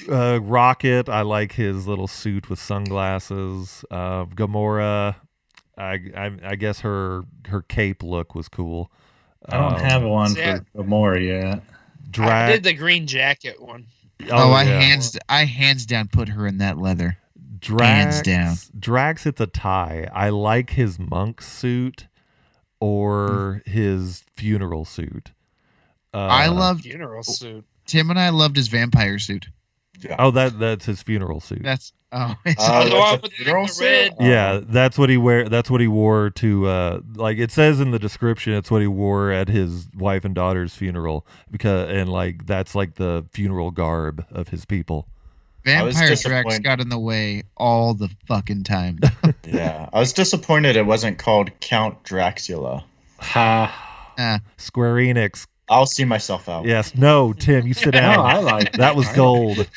uh, Rocket, I like his little suit with sunglasses. Uh, Gamora, I, I, I guess her her cape look was cool.
I don't
Um,
have one
Yeah.
for Gamora yet.
I did
drag.
the green jacket one.
Oh, I
yeah.
hands I hands down put her in that leather.
Drax,
Hands down.
Drax hits a tie. I like his monk suit or his funeral suit. Uh,
Mm. I loved
Funeral suit.
Tim and I loved his vampire suit.
Oh, that that's his funeral suit.
That's oh,
Uh,
the one
that's a
with the
funeral suit?
red-
yeah,
Um,
that's what he wear. That's what he wore to. Uh, like it says in the description, it's what he wore at his wife and daughter's funeral. Because and like that's like the funeral garb of his people.
I was
vampire Drax
disappointed.
got in the way all the fucking time.
Yeah, I was disappointed it wasn't called Count Dracula.
Ha.
Eh.
Oh.
Square Enix.
I'll see myself out.
Yes. No, Tim, you sit
No,
down.
I like
that was gold.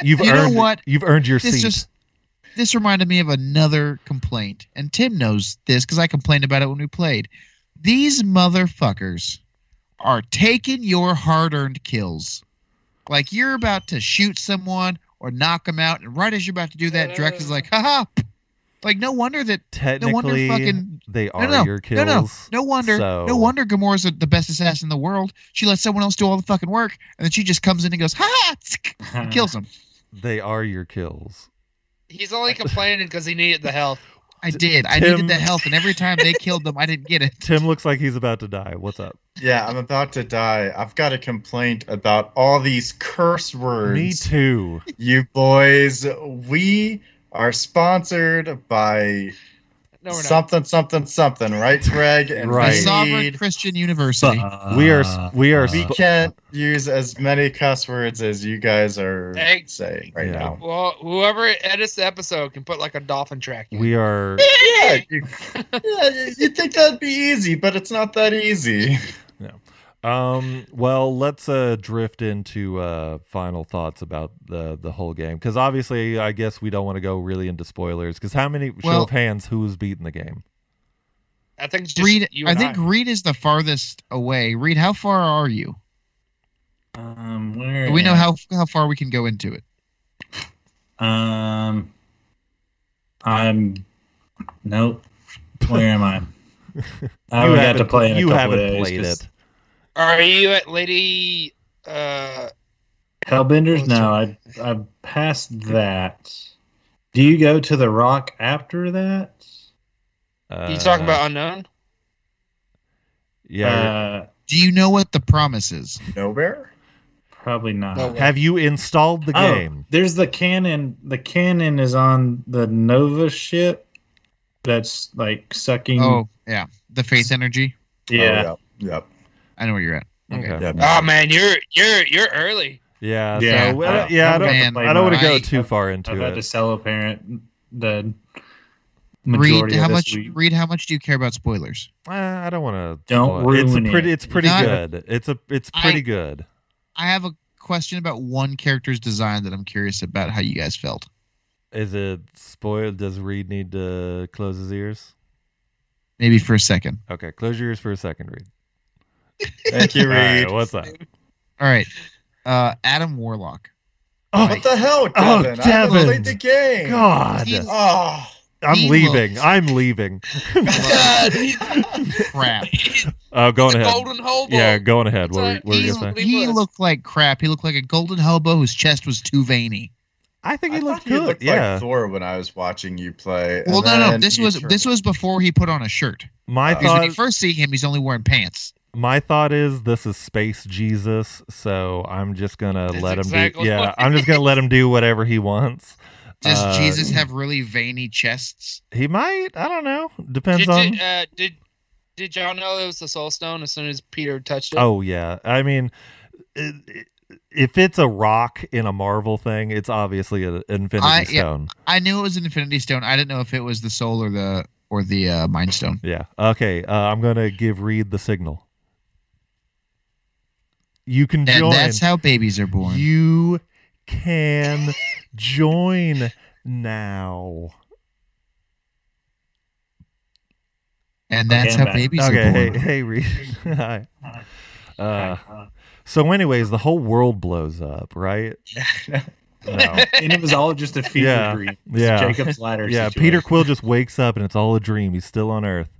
You've
You know
earned
what?
You've earned your
this
seat.
just this reminded me of another complaint, and Tim knows this because I complained about it when we played. These motherfuckers are taking your hard-earned kills. Like you're about to shoot someone or knock them out, and right as you're about to do that, Drax is like, "Ha ha!" Like no wonder that no wonder
Technically,
fucking
they
no,
are
no,
your
no,
kills.
no. No wonder.
So-
No wonder Gamora's the best assassin in the world. She lets someone else do all the fucking work, and then she just comes in and goes, "Ha ha!" tsk,"
Mm.
and kills him.
They are your kills.
He's only complaining because he needed the health.
I did. I
Tim-
needed the health, and every time they killed them, I didn't get it.
Tim looks like he's about to die. What's up?
Yeah, I'm about to die. I've got a complaint about all these curse words.
Me too.
You boys, we are sponsored by
No, we're not.
something, something, something, right, Greg? And
Right.
The
We,
Sovereign
need-
Christian University.
We are
Uh,
s- we are
we
sp-
can't use as many cuss words as you guys are
Hey.
saying right
Yeah.
now.
Well, whoever edits the episode can put like a dolphin track. In.
We are.
Yeah, you, yeah, you'd think that'd be easy, but it's not that easy.
Um, well, let's uh drift into uh final thoughts about the the whole game because obviously, I guess we don't want to go really into spoilers because how many show
Well-
of hands who's beaten the game?
I think it's just
Reed,
you
I
and
think Reed is the farthest away. Reed, how far are you?
Um, where
Do we know
am
how how far we can go into it?
Um, I'm. Nope. Where am I? I
You
only got
haven't-
to play. In a
you
couple
haven't
days,
played
'cause
it.
Are you at Lady? Uh,
Hellbenders.
What's
No,
her
I I passed that. Do you go to the rock after that?
Uh,
you talking about unknown?
Yeah.
Uh,
Do you know what the promise is?
Nowhere?
probably not.
No.
have you installed the
uh, Oh,
game?
There's the cannon. The cannon is on the Nova ship. That's like sucking.
Oh, yeah, the faith energy.
yeah.
Oh, yep.
I know where you're at. Okay.
Okay.
yep, yep.
Oh man, you're you're you're early.
Yeah.
Yeah.
So uh, yeah, I don't.
Oh, Man,
I don't want to go
Right.
too far
I've
into
had to
it.
sell a parent the
Reed,
majority
how
of this
much?
week.
Reed, how much do you care about spoilers?
Uh, I don't want to.
Don't
It's
ruin
a pretty.
it.
It's pretty
Not-
good. It's a. It's
I-
pretty good.
I have a question about one character's design that I'm curious about how you guys felt.
Is it spoiled? Does Reed need to close his ears?
Maybe for a second.
Okay, close your ears for a second, Reed.
Thank you,
All right,
Reed.
what's up?
All right. Uh, Adam Warlock.
Oh,
What the hell,
Oh,
Devin? I
Devin.
played the game.
God.
He-
Oh,
I'm
he
leaving.
looks-
I'm leaving.
God, he-
Crap.
he's
Uh, going
a
ahead.
golden hobo.
Yeah, going ahead.
It's
What were,
like
what were you
He,
he's-
gonna say?
he looked like crap. He looked like a golden hobo whose chest was too veiny.
I think
I
he
thought
looked
you
good.
looked
yeah.
like Thor when I was watching you play.
Well,
and
no, no.
then
This
you
was
turned-
this was before he put on a shirt.
my
Uh,
Because when
thought
you first see him, he's only wearing pants.
my thought is this is space Jesus, so I'm just gonna
That's
let him
exactly
do Yeah,
what
I'm just gonna let him do whatever he wants.
Does
Uh,
Jesus have really veiny chests?
He might, I don't know. Depends
Did,
on
did, uh, did did John know it was the Soul Stone as soon as Peter touched it?
Oh yeah. I mean i- i- if it's a rock in a Marvel thing, it's obviously an Infinity
I- yeah.
Stone.
I knew it was an Infinity Stone. I didn't know if it was the soul or the or the uh, Mind Stone.
Yeah. Okay. Uh, I'm gonna give Reed the signal. You can
And
join.
that's how babies are born.
You can join now.
and that's
Okay,
how
I'm back.
babies
okay.
are born.
Hey, hey, Reed. Hi.
Hi.
Uh, so, anyways, the whole world blows up, right? No.
and it was all just a fever
Yeah,
dream.
yeah.
Jacob's ladder.
yeah
situation.
peter quill just wakes up and it's all a dream he's still on earth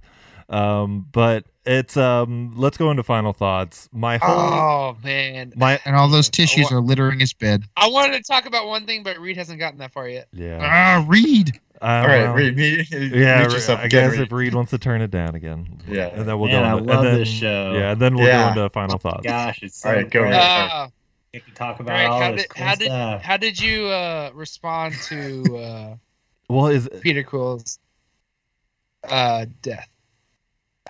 um but it's um let's go into final thoughts my whole
Oh man,
my
And all those tissues are littering his bed.
I wanted to talk about one thing, but Reed hasn't gotten that far yet.
yeah
Ah, read.
uh,
All right, read me.
yeah
read yourself
i
again,
guess
read.
if reed wants to turn it down again
Yeah.
and then we'll
Man,
go
I
into,
love
and then,
this show.
yeah and then we'll
Yeah.
go into final thoughts
Gosh, it's so
All right, go
great.
ahead.
Uh,
Get to talk about
Greg,
all
how
this
did
cool
how did
stuff.
how did you uh, respond to uh,
well is
Peter Quill's uh, death,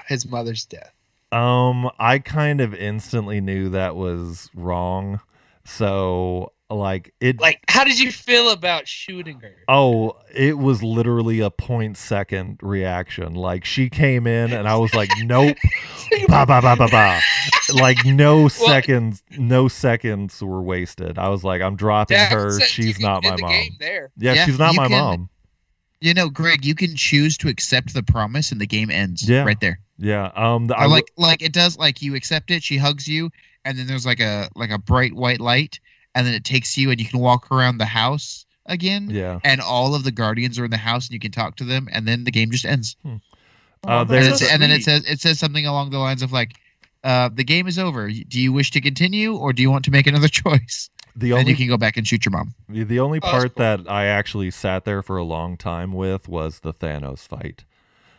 his mother's death?
Um, I kind of instantly knew that was wrong. So like it
Like, how did you feel about shooting her?
oh, it was literally a point second reaction. Like she came in and I was like, Nope. Ba ba ba ba ba. Like no seconds no seconds were wasted. I was like, I'm dropping
Yeah,
her.
so you
She's
can
not
end
my
the
mom.
game there.
Yeah,
Yeah,
she's not
you
my
can-
mom.
You know, Greg, you can choose to accept the promise, and the game ends.
Yeah.
right there.
Yeah. Um the,
Or
I
like, like it does. Like you accept it, she hugs you, and then there's like a like a bright white light, and then it takes you, and you can walk around the house again.
yeah.
And all of the guardians are in the house, and you can talk to them, and then the game just ends.
Uh,
And,
there's
it's- and then it says it says something along the lines of like, uh, "The game is over. Do you wish to continue, or do you want to make another choice?"
the
And
only
you can go back and shoot your mom.
The, the only
Oh, that's
part that I actually sat there for a long time with was the Thanos fight.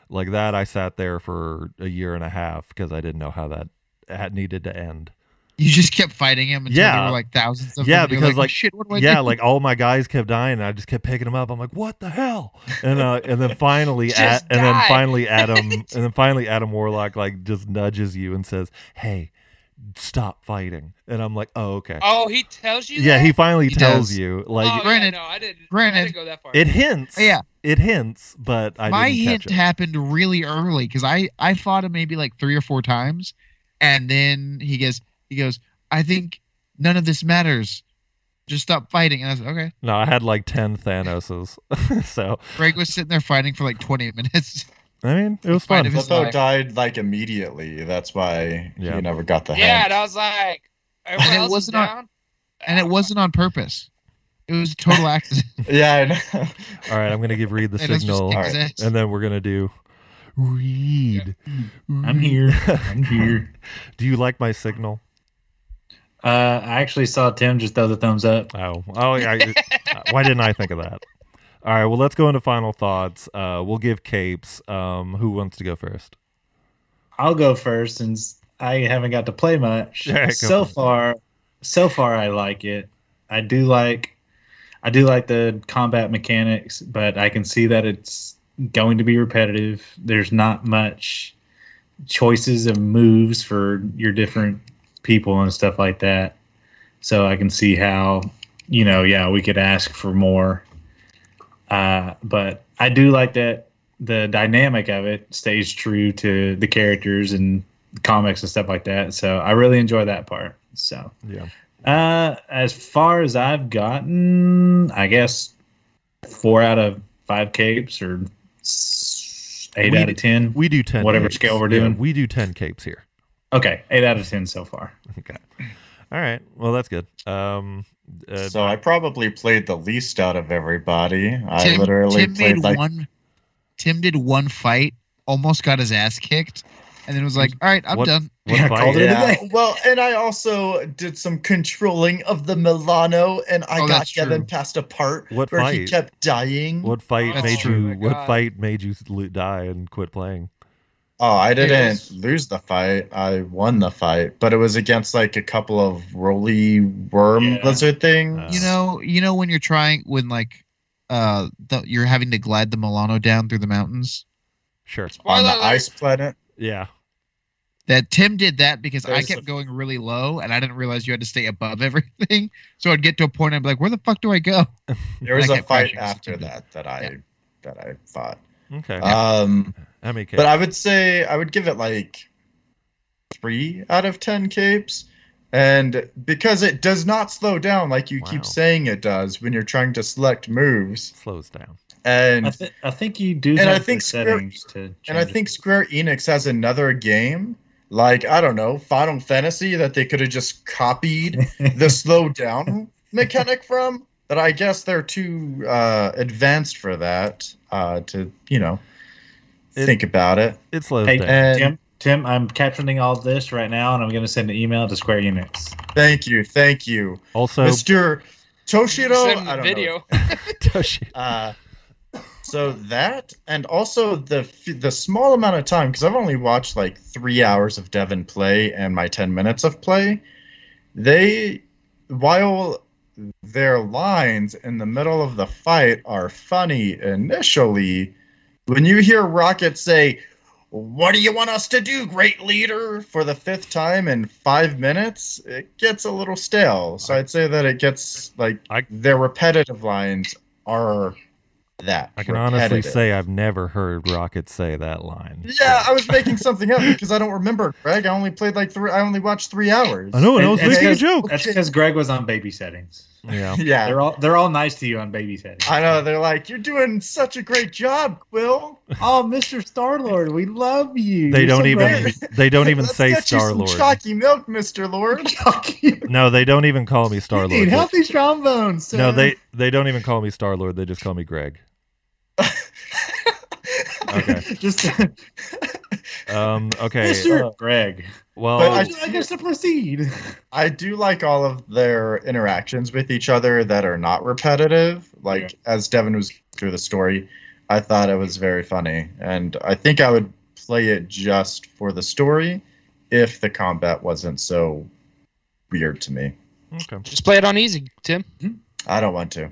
Like that, I sat there for a year and a half because I didn't know how that had needed to end.
You just kept fighting him until
Yeah.
there were like thousands of
Yeah,
them, and you're
because, like-
shit, what do I
yeah,
do?
like all my guys kept dying, and I just kept picking them up. I'm like, "What the hell?" And uh, and then finally,
Just
at, and then
die.
finally, Adam, and then finally, Adam Warlock like just nudges you and says, "Hey, stop fighting." And I'm like, "Oh, okay."
Oh, he tells you.
yeah,
that?
he finally
He
tells
does.
you. Like
oh,
Granted-
yeah, no, I didn't.
granted,
I didn't go that far.
it hints.
Yeah.
it hints, but I
my
didn't
hint
catch it.
happened really early because I I fought him maybe like three or four times, and then he goes he goes I think none of this matters, just stop fighting. And I was like, okay.
No, I had like ten Thanoses. so
Greg was sitting there fighting for like twenty minutes.
I mean, it was
Might
fun.
have- his
Zeppo
life.
died like immediately. That's why
Yeah.
you never got the
yeah,
hand.
and I was like, everyone
And it
else was
wasn't on-
down.
and it wasn't on purpose. It was a total accident.
Yeah, I know.
All right, I'm gonna give Reed the
Thanos just
signal,
kicked his
Alright.
ass.
and then we're gonna do Reed.
I'm here. I'm here.
Do you like my signal?
Uh, I actually saw Tim just throw the thumbs up.
Oh, oh, yeah. I- why didn't I think of that? All right, well, let's go into final thoughts. Uh, we'll give capes. Um, who wants to go first?
I'll go first since I haven't got to play much.
Yeah, go
so
for it.
far, so far I like it. I do like, I do like the combat mechanics, but I can see that it's going to be repetitive. There's not much choices of moves for your different people and stuff like that. So I can see how, you know, yeah, we could ask for more. Uh, but I do like that the dynamic of it stays true to the characters and comics and stuff like that. So I really enjoy that part. So
Yeah.
uh, as far as I've gotten, I guess four out of five capes or s- eight
We
out
d-
of ten.
We do ten.
Whatever
capes.
scale we're
Yeah,
doing.
we do ten capes here.
Okay, eight out of ten so far.
Okay. All right. Well, that's good. Um, uh,
so I probably played the least out of everybody. I
Tim-
literally
Tim
played
did
like
one. Tim did one fight, almost got his ass kicked, and then was like, "All right, I'm
What-
done."
what
Yeah,
fight?
called it.
Yeah.
today.
Well, and I also did some controlling of the Milano, and I
Oh,
got
that's
Kevin
true.
passed apart
What
where he
fight?
kept dying.
What fight
That's
made
true.
you?
Oh my
What
God.
fight made you lo- die and quit playing?
Oh, I didn't
Yes.
lose the fight. I won the fight, but it was against like a couple of roly worm
Yeah.
lizard things.
Uh,
You know, you know when you're trying when like uh the, you're having to glide the Milano down through the mountains.
Sure.
on the
Spoiler alert.
ice planet.
Yeah.
That Tim did that because I
There's
kept
the-
going really low and I didn't realize you had to stay above everything. So I'd get to a point I'd be like, "Where the fuck do I go?"
There was
I
a
kept
fight
crashing, so
after
it didn't-
that that I
Yeah.
that I fought.
Okay.
Um,
How many?
but I would say I would give it like three out of ten capes, and because it does not slow down like you
Wow.
keep saying it does when you're trying to select moves,
slows down.
and
I, th- I think you do.
And
have
I
the
think Square-
settings to.
and I
change
think
it.
Square Enix has another game like I don't know Final Fantasy that they could have just copied the slow down mechanic from. But I guess they're too uh, advanced for that uh, to you know
It-
think about it.
It slows
Hey,
down.
And
Tim, Tim, I'm captioning all this right now, and I'm going to send an email to Square Enix.
thank you, thank you.
also,
Mr. Toshiro.
Send
I don't
video.
know.
Toshi-
Uh, so that, and also the f- the small amount of time because I've only watched like three hours of Devon play and my ten minutes of play. They, while their lines in the middle of the fight are funny initially, when you hear Rocket say. What do you want us to do, great leader? For the fifth time in five minutes, it gets a little stale. So I'd say that it gets like
I-
their repetitive lines are that.
I can honestly
repetitive.
say I've never heard Rocket say that line.
Yeah, I was making something up because I don't remember, Greg. I only played like three. I only watched three hours.
I know, and I
And-
was
and
making a
it's-
joke.
That's because Greg was on baby settings.
Yeah.
Yeah,
They're all they're all nice to you on baby settings.
I know. They're like, "You're doing such a great job, Quill."
oh, Mr. Star Lord, we love you.
They
You're
don't
so
even.
great.
They don't even
Let's
say
get you some
Star Lord.
Chalky milk, Mister Lord.
you.
No, they don't even call me Star
need
Lord.
healthy strong bones. Sir.
No, they they don't even call me Star Lord. They just call me Greg. Okay.
just uh,
Um. Okay.
Mr. Greg.
But
Well.
I-
Would you like us to proceed?
I do like all of their interactions with each other that are not repetitive. Like as Devin was through the story, I thought it was very funny, and I think I would play it just for the story if the combat wasn't so weird to me.
Okay.
Just play it on easy, Tim.
I don't want to.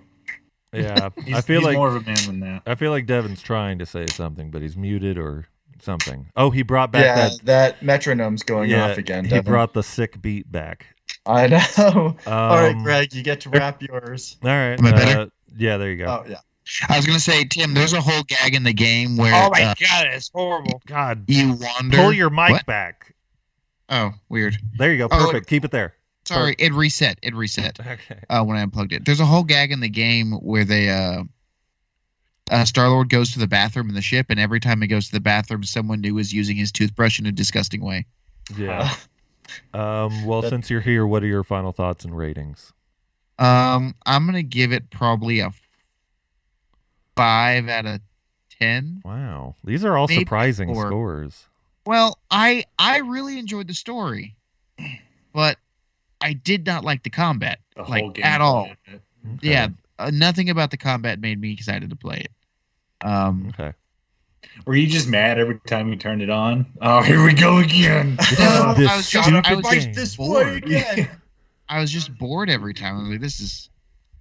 Yeah.
He's,
I feel
he's
like
more of a man than that.
I feel like Devin's trying to say something, but he's muted or something. Oh, he brought back
yeah,
that.
that, metronome's going
yeah,
off again.
He
Devin.
brought the sick beat back.
I know.
Um,
all right, Greg, you get to wrap yours.
All right.
Am I better?
uh, yeah. There you go.
Oh yeah.
I was gonna say, Tim, there's a whole gag in the game where
Oh my
uh,
god, it's horrible.
God.
you wander.
Pull your mic
What?
back.
oh, weird.
There you go.
Oh, it-
Perfect. Keep it there.
Sorry, it reset. It reset.
Okay.
uh, when I unplugged it. There's a whole gag in the game where they uh, uh, Star Lord goes to the bathroom in the ship, and every time he goes to the bathroom, someone new is using his toothbrush in a disgusting way.
Uh,
Yeah. Um, well,
That-
since you're here, what are your final thoughts and ratings?
Um, I'm gonna give it probably a five out of ten.
Wow, these are all
Maybe
surprising
four.
scores.
Well, I I really enjoyed the story, but I did not like the combat.
The
Like,
whole game
at all.
Okay.
Yeah, uh, nothing about the combat made me excited to play it. Um,
Okay.
Were you just mad every time you turned it on? Oh, here we go again.
No,
This
I was just, I
stupid game.
was just
Fight this
bored. I was just bored every time. I was like, this is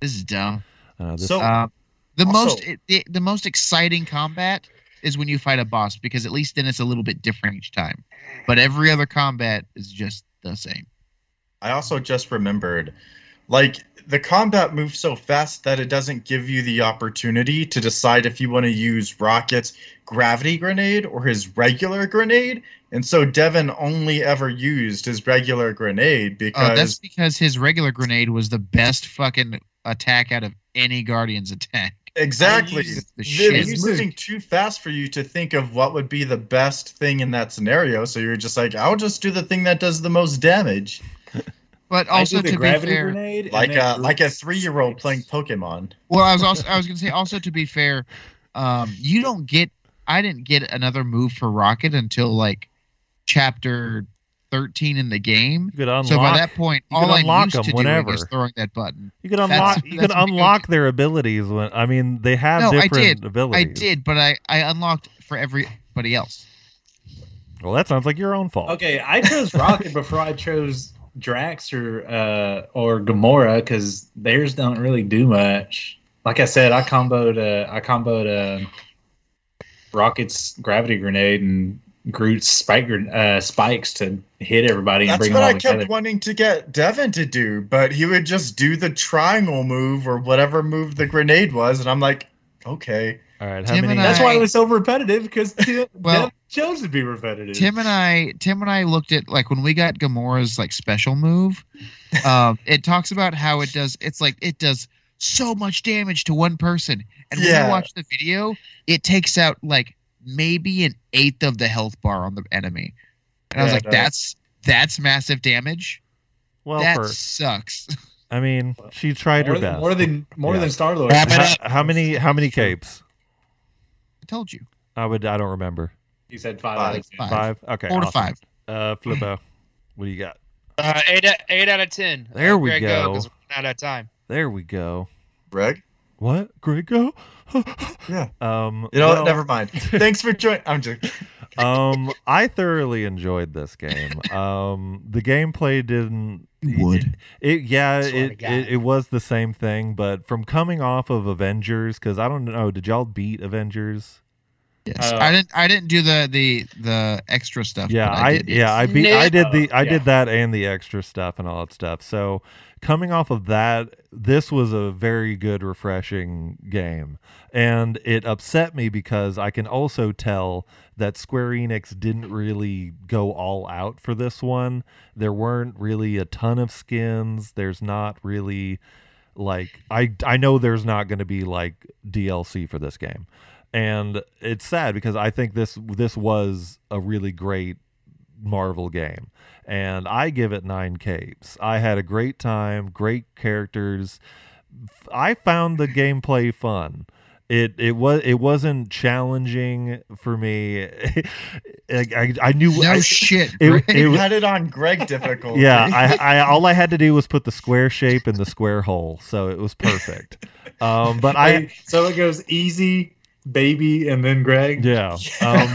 this is dumb.
Uh, this,
Oh.
So-
Um, the
Also-
most it, the, the most exciting combat is when you fight a boss because at least then it's a little bit different each time. But every other combat is just the same.
I also just remembered, like the combat moves so fast that it doesn't give you the opportunity to decide if you want to use Rocket's gravity grenade or his regular grenade. And so Devin only ever used his regular grenade
Uh, that's
because
because his regular grenade was the best fucking attack out of any Guardian's attack.
exactly.
I used the shit.
It was moving too fast for you to think of what would be the best thing in that scenario. So you're just like, I'll just do the thing that does the most damage.
But
I
also
do the
to be
gravity
fair,
grenade, and
Like a
that
like a
hurts.
three year old playing Pokemon.
well, I was also I was gonna say also to be fair, um, you don't get I didn't get another move for Rocket until like chapter thirteen in the game.
You could unlock.
so by that point,
you could
all I
unlock
used to
them
doing
whenever.
is throwing that button.
you could
that's-
unlock. You could
that's what you
unlock their abilities when. I mean, they have
No, I
different
did.
abilities.
I did, but I I unlocked for everybody else.
Well, that sounds like your own fault.
Okay, I chose Rocket before I chose Drax or uh, or Gamora because theirs don't really do much. Like I said, I comboed uh, I comboed uh, Rocket's gravity grenade and Groot's spike gren- uh, spikes to hit everybody and
That's
bring
what
them all
I kept
together.
wanting to get Devin to do, but he would just do the triangle move or whatever move the grenade was, and I'm like, okay.
All right. How
Tim
many?
and
That's why
I-
it was so repetitive because Tim
Well-
Tim chose to be repetitive.
Tim and I, Tim and I looked at like when we got Gamora's like special move. Um, it talks about how it does. It's like it does so much damage to one person, and when
Yeah.
you watch the video, it takes out like maybe an eighth of the health bar on the enemy. And I was
Yeah,
like,
it does.
that's that's massive damage.
Well,
that
for,
sucks.
I mean, she tried
more
her
than
best.
more than more
Yeah.
than Star Lord.
Wrap it
how, how many? How many capes?
I told you,
I would. I don't remember.
He said five.
Five.
out of ten.
Five.
Five. Okay.
four to
awesome.
five.
Uh, Flippo, what do you got?
Uh, eight, out- eight out of ten.
There we
Greg
go.
'cause we're not out of time.
There we go.
Greg?
What? Grego?
Yeah.
Um.
You know
well,
what? Never mind. Thanks for joining. I'm just
um, I thoroughly enjoyed this game. Um, the gameplay didn't.
You would.
It, it- yeah,
Swear to
it,
God.
it it was the same thing, but from coming off of Avengers, because I don't know, did y'all beat Avengers?
Yes,
Uh,
I didn't. I didn't do the the the extra stuff.
Yeah,
but
I,
did, yes.
yeah, I beat
No.
I did the I
Yeah.
did that and the extra stuff and all that stuff. So coming off of that, this was a very good refreshing game. And it upset me because I can also tell that Square Enix didn't really go all out for this one. There weren't really a ton of skins. There's not really like I I know there's not going to be like DLC for this game. And it's sad because I think this this was a really great Marvel game. And I give it nine capes. I had a great time, great characters. F- I found the gameplay fun. It it was it wasn't challenging for me. I, I, I knew
No
I,
shit.
it,
Greg.
it,
had it on Greg difficulty.
yeah, I, I all I had to do was put the square shape in the square hole, so it was perfect. Um, but I
Hey, so it goes easy, baby, and then Greg.
yeah, um, but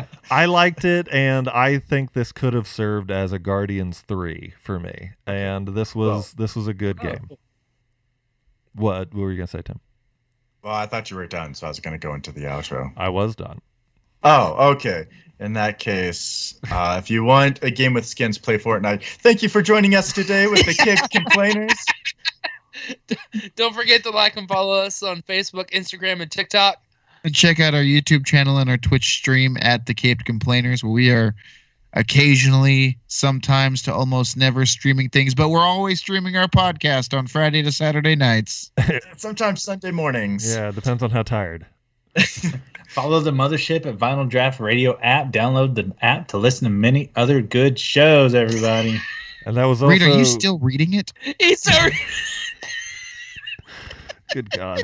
Yep.
I liked it, and I think this could have served as a Guardians three for me. And this was
Well-
this was a good game. What, what were you gonna say, Tim?
Well, I thought you were done, so I was going to go into the outro.
I was done.
Oh, okay. In that case, uh, if you want a game with skins, play Fortnite. Thank you for joining us today with the Kick Complainers.
Don't forget to like and follow us on Facebook, Instagram, and TikTok.
And check out our YouTube channel and our Twitch stream at the Caped Complainers, where we are occasionally, sometimes to almost never streaming things, but we're always streaming our podcast on Friday to Saturday nights.
Sometimes Sunday mornings.
Yeah, it depends on how tired.
Follow the mothership at Vinyl Draft Radio app. Download the app to listen to many other good shows, everybody.
And that was also
Reed, are you still reading it?
He's so
good God.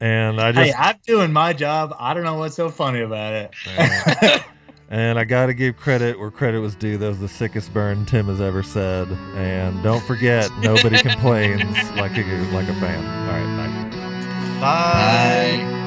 And I
hey,
just
I'm doing my job. I don't know what's so funny about it.
And I gotta give credit where credit was due. That was the sickest burn Tim has ever said. And don't forget, nobody complains like a like a fan. All right, bye.
Bye.
Bye.